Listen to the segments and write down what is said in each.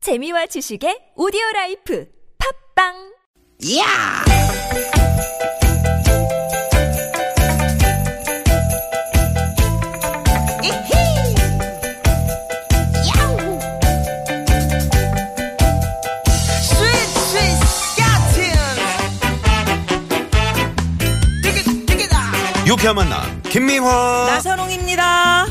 재미와 지식의 오디오 라이프 팝빵 이야! 이히! 야우! 스윗, 스윗, 스카틴! 띠깃, 띠깃아! 유쾌한 만남 김미화 아, 나선홍입니다.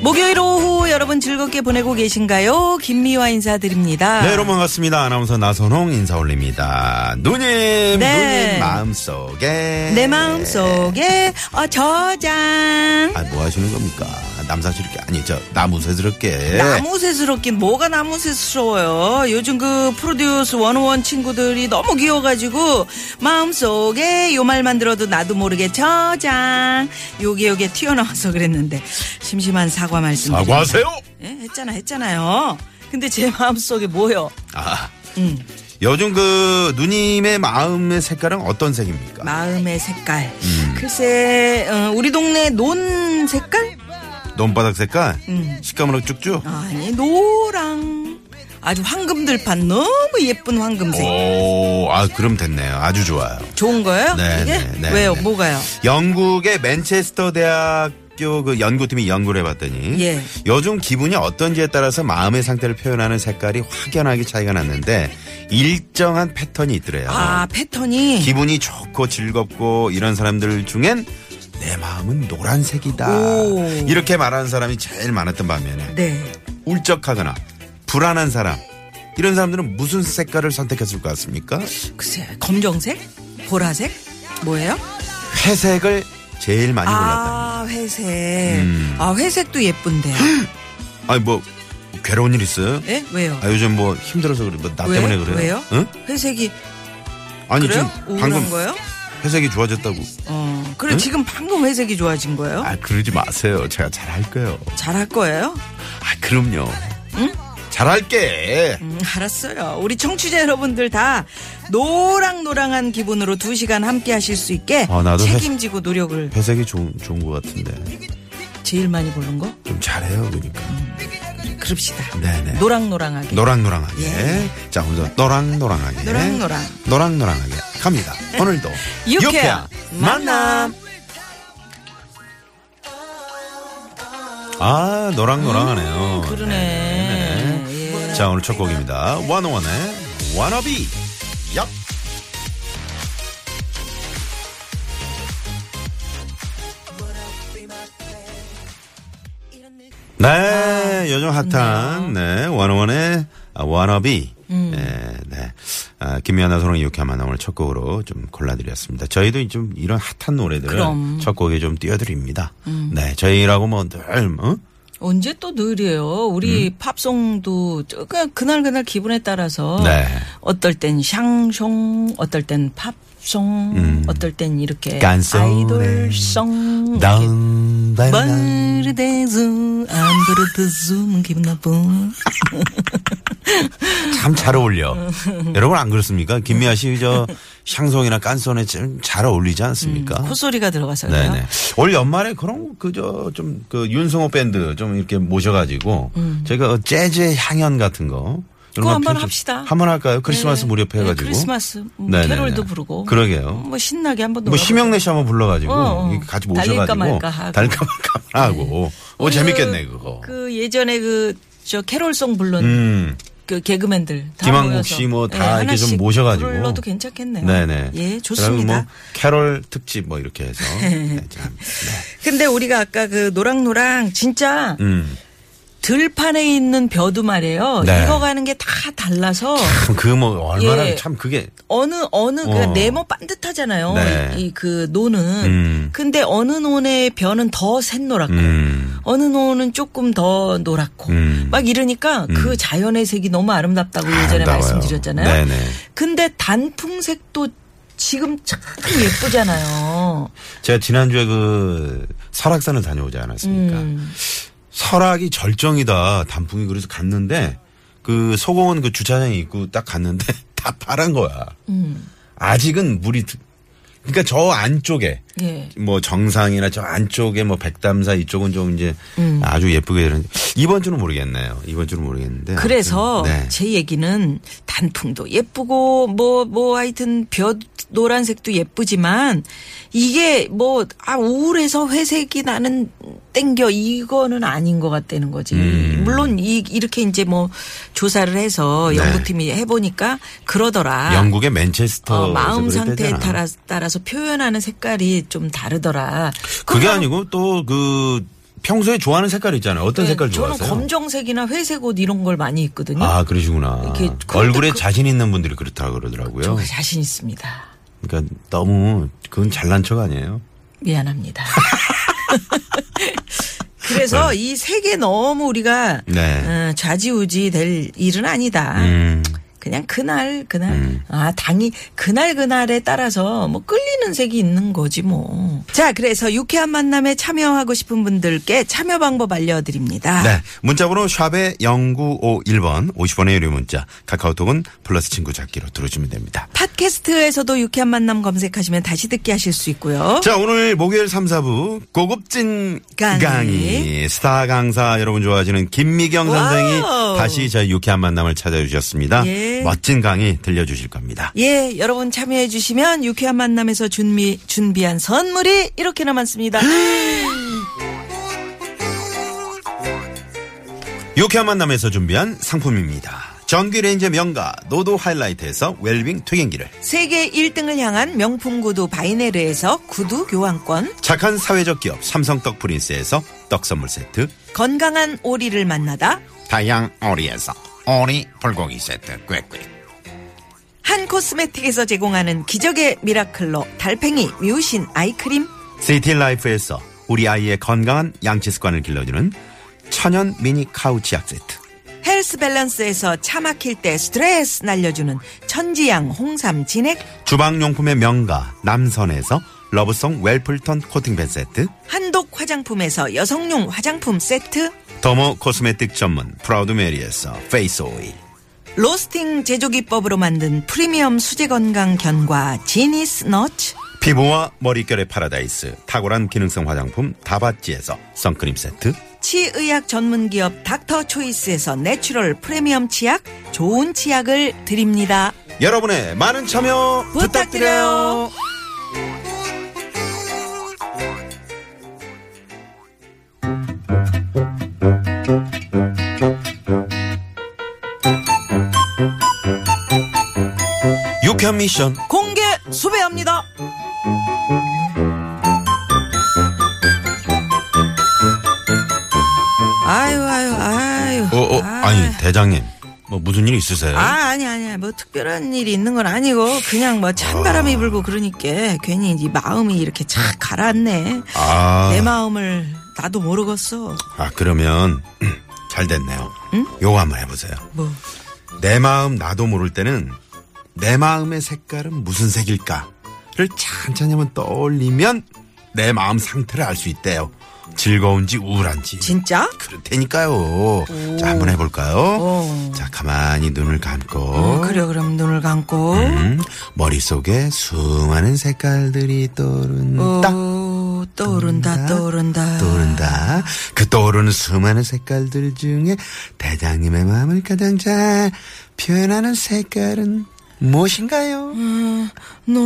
목요일 오후 여러분 즐겁게 보내고 계신가요? 김미화 인사드립니다. 네 여러분 반갑습니다 아나운서 나선홍 인사 올립니다 누님 네. 누님 마음속에 내 마음 속에 어, 저장. 아, 뭐 하시는 겁니까 남사스럽게 아니 저 나무새스럽게 나무새스럽긴 뭐가 나무새스러워요. 요즘 그 프로듀스 원원 친구들이 너무 귀여워가지고 마음속에 요 말만 들어도 나도 모르게 저장. 요게 요게 튀어나와서 그랬는데 심심한 사과 말씀. 사과하세요 예? 했잖아 했잖아요. 근데 제 마음속에 뭐요? 아 음. 요즘 그 누님의 마음의 색깔은 어떤 색입니까 마음의 색깔. 글쎄, 어, 우리 동네 논 색깔? 논바닥 색깔 음. 식감으로 쭉쭉 아니, 노랑. 아주 황금들판 너무 예쁜 황금색. 어. 오아 그럼 됐네요 아주 좋아요 좋은 거예요? 네, 이게? 네, 네, 왜요? 네. 뭐가요? 영국의 맨체스터 대학교 그 연구팀이 연구를 해봤더니 예. 요즘 기분이 어떤지에 따라서 마음의 상태를 표현하는 색깔이 확연하게 차이가 났는데 일정한 패턴이 있더래요. 아, 패턴이. 기분이 좋고 즐겁고 이런 사람들 중엔 내 마음은 노란색이다. 오. 이렇게 말하는 사람이 제일 많았던 반면에 네. 울적하거나 불안한 사람 이런 사람들은 무슨 색깔을 선택했을 것 같습니까? 글쎄, 검정색? 보라색? 뭐예요? 회색을 제일 많이 골랐다. 음. 아, 회색. 아, 회색도 예쁜데. 아니 뭐 괴로운 일 있어요? 예? 왜요? 아 요즘 뭐 힘들어서 그래 뭐나 왜? 때문에 그래요? 왜요? 응? 회색이 아니 그래요? 지금 우울한 방금 거예요? 회색이 좋아졌다고. 어. 그래 응? 지금 방금 회색이 좋아진 거예요? 아 그러지 마세요. 제가 잘할 거예요. 잘할 거예요? 아 그럼요. 응? 잘할게. 음, 알았어요. 우리 청취자 여러분들 다 노랑노랑한 기분으로 두 시간 함께 하실 수 있게 아, 나도 회- 책임지고 노력을 회색이 좋은 좋은 것 같은데 제일 많이 고른 거? 좀 잘해요 그러니까. 그럽시다. 네네. 음. 노랑노랑하게. 예. 노랑노랑하게. 자 오늘도 노랑노랑하게. 노랑노랑. 노랑노랑하게 갑니다. 오늘도 유쾌한 유쾌한 만남. 아 노랑노랑하네요. 아, 그러네. 예. 자 오늘 첫 곡입니다. 원원의 wannabe. 얍. 네, 요즘 핫한 네 원원의 wannabe. 네, 네. 아, 김미아나 소롱이 유쾌한 만남 오늘 첫 곡으로 좀 골라드렸습니다. 저희도 좀 이런 핫한 노래들을 그럼. 첫 곡에 좀 띄워드립니다. 네, 저희라고 뭐늘 어? 언제 또 늘이에요. 우리 팝송도 저- 그냥 그날 그날 기분에 따라서 네. 어떨 땐 샹송, 어떨 땐 팝송, 어떨 땐 이렇게 깐송. 아이돌송 이렇게 당, 당, 당. 바르데즈 안 바르데즈 기분 나쁨 어? 참 잘 어울려. 여러분 안 그렇습니까? 김미아 씨 저 샹송이나 깐손에 좀잘 어울리지 않습니까? 콧소리가 들어가서 그래요. 네네. 올 연말에 그런 그저 좀 그 윤성호 밴드 좀 이렇게 모셔가지고 저희가 어, 재즈의 향연 같은 거. 이런 음. 그거 거 한번 펼쳐- 합시다. 한번 할까요? 크리스마스 네. 무렵 해가지고. 네, 크리스마스 음, 네네네. 캐롤도 부르고. 그러게요. 뭐 신나게 한번 뭐 놀아보자. 심영래 씨 한번 불러가지고 어, 어. 이렇게 같이 달릴까 모셔가지고 말까 하고. 달릴까 말까 하고. 어 우리 재밌겠네 그거. 그 예전에 그 저 캐롤송 불렀 음. 그 개그맨들 다 김한국 모여서. 씨뭐다 예, 이렇게 좀 하나씩 모셔가지고. 불러도 괜찮겠네요. 네네. 예, 그러면 좋습니다. 뭐 캐롤 특집 뭐 이렇게 해서. 네, 참. 네. 근데 우리가 아까 그 노랑노랑 진짜 음. 들판에 있는 벼도 말이에요. 네. 익어가는 게 다 달라서 그 뭐 얼마나 예. 참 그게 어느 어느 그 어. 네모 반듯하잖아요. 네. 이 그 노는. 음. 근데 어느 논의 벼는 더 샛노랗고 음. 어느 논은 조금 더 노랗고 음. 막 이러니까 그 자연의 색이 너무 아름답다고 예전에 아름다워요. 말씀드렸잖아요. 네네. 근데 단풍색도 지금 참 예쁘잖아요. 제가 지난주에 그 설악산을 다녀오지 않았습니까? 음. 설악이 절정이다. 단풍이 그래서 갔는데 그 소공원 음. 그 주차장에 있고 딱 갔는데 다 파란 거야. 아직은 물이 드- 그러니까 저 안쪽에 예. 뭐 정상이나 저 안쪽에 뭐 백담사 이쪽은 좀 이제 음. 아주 예쁘게 되는 이번 주는 모르겠네요. 이번 주는 모르겠는데. 그래서 아무튼, 네. 제 얘기는 단풍도 예쁘고 뭐 뭐 하여튼 벼 노란색도 예쁘지만 이게 뭐 아 우울해서 회색이 나는 땡겨 이거는 아닌 것 같다는 거지. 물론 이, 이렇게 이제 뭐 조사를 해서 음. 네. 연구팀이 해보니까 그러더라. 영국의 맨체스터 아. 어, 마음 상태에 라 따라, 따라서 표현하는 색깔이 좀 다르더라. 그게 그럼 아니고 또 그 평소에 좋아하는 색깔 있잖아요. 어떤 네, 색깔 저는 좋아하세요? 검정색이나 회색 옷 이런 걸 많이 입거든요. 아 그러시구나. 이렇게 그- 얼굴에 그- 자신 있는 분들이 그렇다 그러더라고요. 정말 자신 있습니다. 그러니까 너무 그건 잘난 척 아니에요? 미안합니다. 그래서 이 세계 너무 우리가 네. 어, 좌지우지 될 일은 아니다. 음. 그냥 그날 그날 아 당이 그날 그날에 따라서 뭐 끌리는 색이 있는 거지 뭐. 자 그래서 유쾌한 만남에 참여하고 싶은 분들께 참여 방법 알려드립니다. 네. 문자번호 샵에 0951번 50원의 유료 문자 카카오톡은 플러스 친구 찾기로 들어주면 됩니다. 팟캐스트에서도 유쾌한 만남 검색하시면 다시 듣기 하실 수 있고요. 자 오늘 목요일 3, 4부 고급진 강의. 강의, 스타 강사 여러분 좋아하시는 김미경 선생이 와우. 다시 저희 유쾌한 만남을 찾아주셨습니다. 예. 멋진 강의 들려주실 겁니다. 예, 여러분 참여해 주시면 유쾌한 만남에서 준비 준비한 선물이 이렇게 남았습니다. 유쾌한 만남에서 준비한 상품입니다. 전기레인지 명가 노도 하이라이트에서 웰빙 튀김기를 세계 1등을 향한 명품 구두 바이네르에서 구두 교환권, 착한 사회적 기업 삼성떡 프린스에서 떡 선물 세트 건강한 오리를 만나다 다양 오리에서 오리 불고기 세트 꾀꾀 한 코스메틱에서 제공하는 기적의 미라클로 달팽이 뮤신 아이크림, 시티라이프에서 우리 아이의 건강한 양치 습관을 길러주는 천연 미니 카우치 약 세트 헬스 밸런스에서 차 막힐 때 스트레스 날려주는 천지양 홍삼 진액, 주방용품의 명가 남선에서 러브송 웰플턴 코팅팬 세트 한독 화장품에서 여성용 화장품 세트, 더모 코스메틱 전문 프라우드 메리에서 페이스 오일 로스팅 제조기법으로 만든 프리미엄 수제 건강 견과 지니스 너츠 피부와 머릿결의 파라다이스 탁월한 기능성 화장품 다바찌에서 선크림 세트 치의학 전문 기업 닥터 초이스에서 내추럴 프리미엄 치약 좋은 치약을 드립니다. 여러분의 많은 참여 부탁드려요. 부탁드려요. 유쾌한 미션 공개 수배합니다. 아유 아유 아유. 어, 어, 아니 대장님 뭐 무슨 일 있으세요? 아, 아니, 아니, 뭐 특별한 일이 있는 건 아니고, 그냥 뭐 찬바람이 아. 불고 그러니까 괜히 이 마음이 이렇게 착 가라앉네. 아, 내 마음을 나도 모르겠어. 아, 그러면 잘 됐네요. 요거 한번 해보세요. 뭐. 내 마음 나도 모를 때는 내 마음의 색깔은 무슨 색일까를 찬찬히 한번 떠올리면 내 마음 상태를 알 수 있대요. 즐거운지 우울한지. 진짜? 그렇다니까요. 자, 한번 해볼까요? 오. 자, 가만히 눈을 감고. 어, 그래, 그럼 눈을 감고. 음, 머릿속에 수많은 색깔들이 떠오른다. 오, 어, 떠오른다, 떠오른다. 떠오른다. 그 떠오르는 수많은 색깔들 중에 대장님의 마음을 가장 잘 표현하는 색깔은 무엇인가요? 노,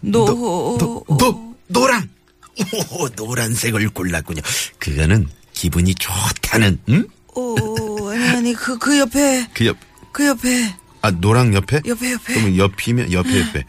노, 노, 노, 노랑. 오, 노란색을 골랐군요. 그거는 기분이 좋다는, 응? 오, 어, 아니, 아니, 그, 그 옆에, 그 옆, 그 옆에, 아, 노랑 옆에? 옆에, 옆에. 그러면 옆이면 옆에 옆에.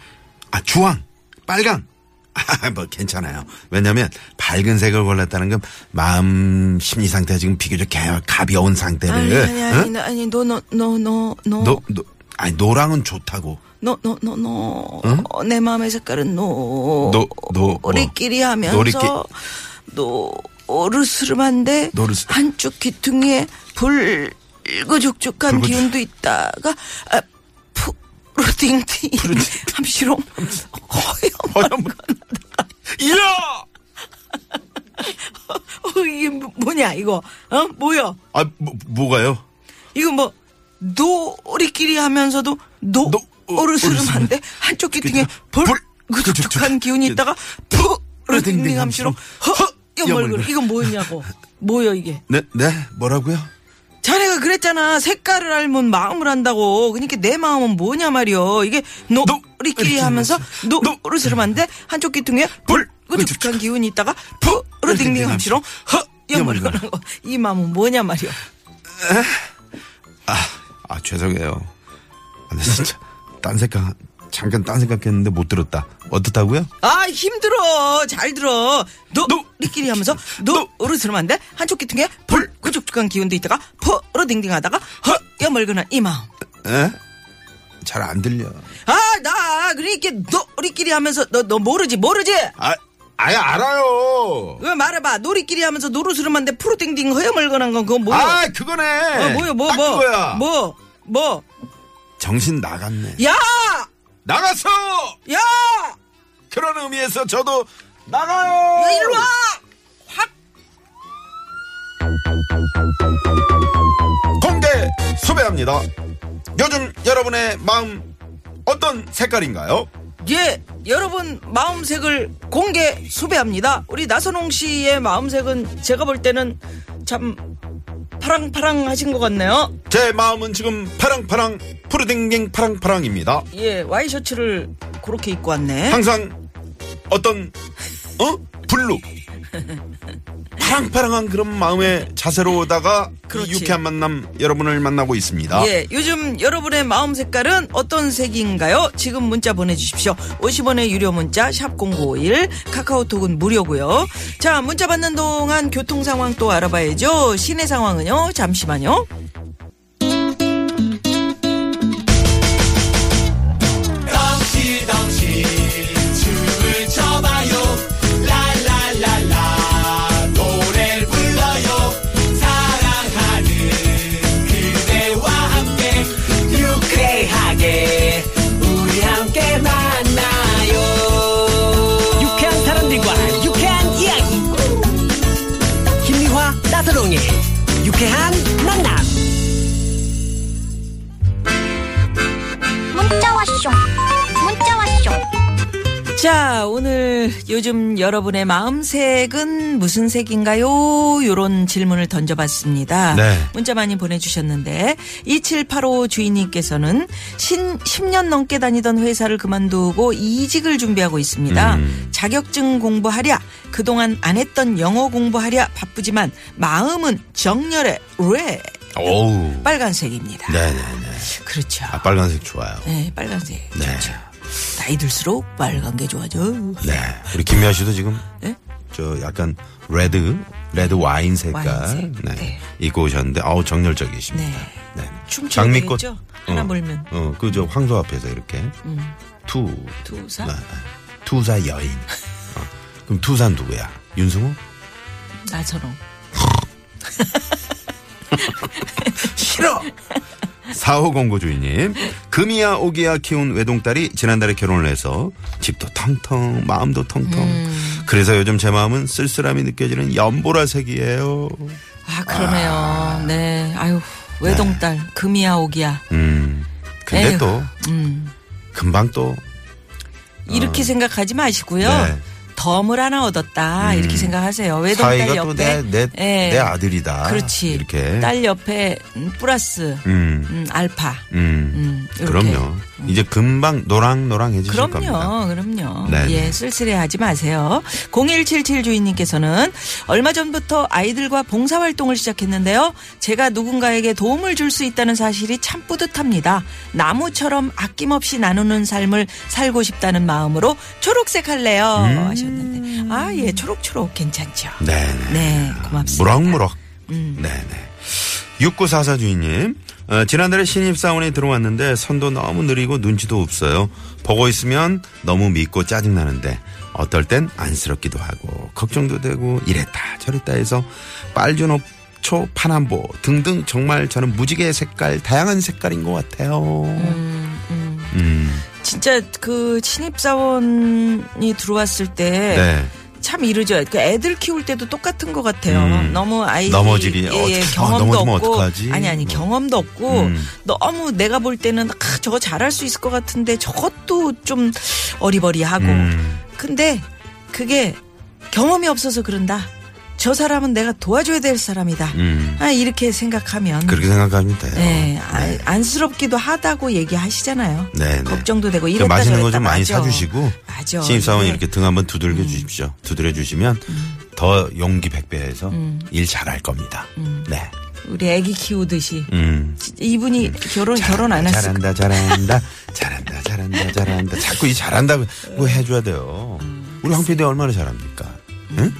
아, 주황, 빨강. 아, 뭐 괜찮아요. 왜냐면 밝은 색을 골랐다는 건 마음 심리 상태가 지금 비교적 가- 가벼운 상태를 아니, 네, 아니, 응? 아니, 아니, 노, 노, 노, 노, 노. 노, 노, 아니, 노랑은 좋다고. 노, 노, 노, 노. 내 마음의 색깔은 노. 노, 노, 우리끼리 뭐. 하면서 노리끼- 노, 오르스름한데 노르스- 한쪽 귀퉁이에 붉고족족한 붉고- 기운도 있다가 아, 푸르딩딩 함시롱 허염 어, 이야! 어, 이게 뭐- 뭐냐 이거 어 뭐야 아, 뭐, 뭐가요? 이거 뭐 노리끼리 하면서도 노, 노- 오르스름한데 한쪽 귀퉁이에 불, 붉 그 촉촉한 기운이 있다가 푸! 르딩딩 함수로 허! 여멀굴. 여멀굴. 이건 뭐였냐고. 뭐요 이게. 네, 네, 뭐라고요? 자네가 그랬잖아. 색깔을 알면 마음을 안다고. 그러니까 내 마음은 뭐냐 말이요. 이게 노리끼리 하면서 노를 으면안 돼. 한쪽 귀퉁이에 불. 그 촉촉한 기운이 있다가 푸! 르딩딩 함수로 허! 여멀굴. 이 마음은 뭐냐 말이요. 아, 아 죄송해요. 아, 나 진짜 딴 생각 잠깐 딴 생각했는데 못 들었다. 어떻다고요? 아 힘들어 잘 들어 너 우리끼리 하면서 너 으로 들으면 안돼 한쪽 귀퉁에 불 구축축한 기운도 있다가 퍼로 딩딩하다가 허여 멀근한 이 마음 에? 잘 안 들려. 아 나 그러니까 너 우리끼리 하면서 너 너 모르지 모르지 아, 아예 알아요. 왜 말해봐 노리끼리 하면서 노로 들으면 안돼 프로 딩딩 허여 멀근한 건 그거 뭐야 아, 그거네. 어, 뭐야 예. 딱 그거야. 뭐뭐뭐뭐야야 정신 나갔네. 나갔어. 야, 그런 의미에서 저도 나가요. 야, 일로 와확 공개 수배합니다. 요즘 여러분의 마음 어떤 색깔인가요? 예, 여러분 마음색을 공개 수배합니다. 우리 나선홍 씨의 마음색은 제가 볼 때는 참 파랑파랑하신 것 같네요. 제 마음은 지금 파랑파랑 푸르댕댕 파랑파랑입니다. 예, 와이셔츠를 그렇게 입고 왔네. 항상 어떤 어 블루 파랑파랑한 그런 마음의 자세로 오다가 이 그렇지. 유쾌한 만남 여러분을 만나고 있습니다. 예, 요즘 여러분의 마음 색깔은 어떤 색인가요? 지금 문자 보내주십시오. 50원의 유료 문자 샵 #0951 카카오톡은 무료고요. 자, 문자 받는 동안 교통 상황 또 알아봐야죠. 시내 상황은요. 잠시만요. 유쾌하게 우리 함께 만나요 유쾌한 사람들과 유쾌한 이야기 김미화 나선홍의 유쾌한 만남 문자 왔쇼 문자 왔쇼 자, 오늘 요즘 여러분의 마음색은 무슨 색인가요? 요런 질문을 던져봤습니다. 네. 문자 많이 보내주셨는데, 2785 주인님께서는 신, 10년 넘게 다니던 회사를 그만두고 이직을 준비하고 있습니다. 음. 자격증 공부하랴, 그동안 안 했던 영어 공부하랴 바쁘지만 마음은 정열의 왜 오우. 빨간색입니다. 네네네. 그렇죠. 아, 빨간색 좋아요. 네, 빨간색. 네. 좋죠. 나이 들수록 빨간 게 좋아져. 네. 우리 김미아 씨도 지금 네? 저 약간 레드 레드 와인 색깔 와인색, 네. 네. 입고 오셨는데 아우 정열적이십니다. 네. 춤춰야 장미꽃. 되겠죠? 하나 몰면. 어, 그 저 황소 앞에서 이렇게 투 투사? 네, 네. 투사 여인. 어, 그럼 투사 누구야? 윤승호? 나처럼. 싫어. 4509 주인님, 금이야 오기야 키운 외동딸이 지난달에 결혼을 해서 집도 텅텅, 마음도 텅텅. 그래서 요즘 제 마음은 쓸쓸함이 느껴지는 연보라색이에요. 아, 그러네요. 네. 아유, 외동딸. 금이야, 오기야. 네. 음. 근데 에휴, 또, 음. 금방 또, 이렇게 생각하지 마시고요. 음. 네. 음. 덤을 하나 얻었다. 이렇게 생각하세요. 사이가 외동딸 또 옆에. 내, 내, 예. 내 아들이다. 그렇지. 이렇게. 딸 옆에 음, 플러스, 음, 음, 알파. 음. 음, 이렇게. 그럼요. 이제 금방 노랑노랑해지실 겁니다. 그럼요, 그럼요. 네네. 예, 쓸쓸해 하지 마세요. 0177 주인님께서는 얼마 전부터 아이들과 봉사활동을 시작했는데요. 제가 누군가에게 도움을 줄 수 있다는 사실이 참 뿌듯합니다. 나무처럼 아낌없이 나누는 삶을 살고 싶다는 마음으로 초록색 할래요. 음. 하셨는데. 아, 예, 초록초록 괜찮죠. 네네. 네, 고맙습니다. 무럭무럭. 음. 네네. 6944 주인님. 어, 지난달에 신입사원이 들어왔는데 선도 너무 느리고 눈치도 없어요. 보고 있으면 너무 믿고 짜증나는데 어떨 땐 안쓰럽기도 하고 걱정도 되고 이랬다 저랬다 해서 빨주노 초 파남보 등등 정말 저는 무지개 색깔 다양한 색깔인 것 같아요. 음, 진짜 그 신입사원이 들어왔을 때 네. 참 이러죠. 그 애들 키울 때도 똑같은 것 같아요. 음. 너무 아이 넘어지리. 예, 예, 어떡해. 경험도 넘어지면 없고 어떡하지? 아니 아니 뭐. 경험도 없고 음. 너무 내가 볼 때는 아, 저거 잘할 수 있을 것 같은데 저것도 좀 어리버리하고 음. 근데 그게 경험이 없어서 그런다. 저 사람은 내가 도와줘야 될 사람이다. 음. 아 이렇게 생각하면 그렇게 생각하면 돼요. 네, 아, 네. 안쓰럽기도 하다고 얘기하시잖아요. 네, 네. 걱정도 되고 그러니까 이랬다 맛있는 거 저랬다 좀 많이 맞아. 사주시고 맞아. 신입사원 이게 음. 이렇게 등 한번 두들겨 주십시오. 두드려 주시면 더 용기 백배해서 음. 일 잘할 겁니다. 네. 우리 애기 키우듯이 음. 지- 이분이 결혼 결혼 안 했을 잘한다, 까 잘한다, 잘한다, 잘한다, 잘한다. 자꾸 이 잘한다고 음. 뭐 해줘야 돼요. 우리 황 PD 얼마나 잘합니까? 음. 응?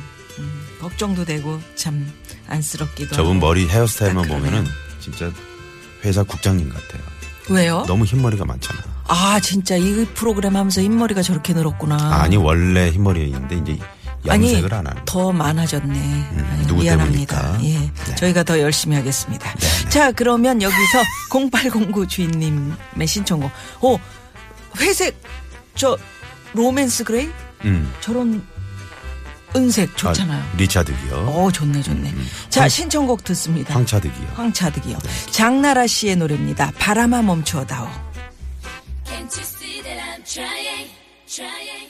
걱정도 되고 참 안쓰럽기도. 저분 하고. 머리 헤어스타일만 아, 그러네요. 어? 보면은 진짜 회사 국장님 같아요. 왜요? 너무 흰머리가 많잖아. 아 진짜 이 프로그램 하면서 흰머리가 저렇게 늘었구나. 아. 니 원래 흰머리인데 이제 아니, 염색을 안 하는. 더 많아졌네. 아유, 누구 미안합니다. 때문일까? 예. 네. 저희가 더 열심히 하겠습니다. 자, 그러면 여기서 0809 주인님의 신청곡. 오, 회색, 저, 로맨스 그레이? 음. 저런 은색 좋잖아요. 아, 리차드기요. 어, 좋네, 좋네. 자, 신청곡 듣습니다. 황차드기요. 황차득이요. 장나라 씨의 노래입니다. 바람아 멈추어다오. Can't you see that I'm trying, trying?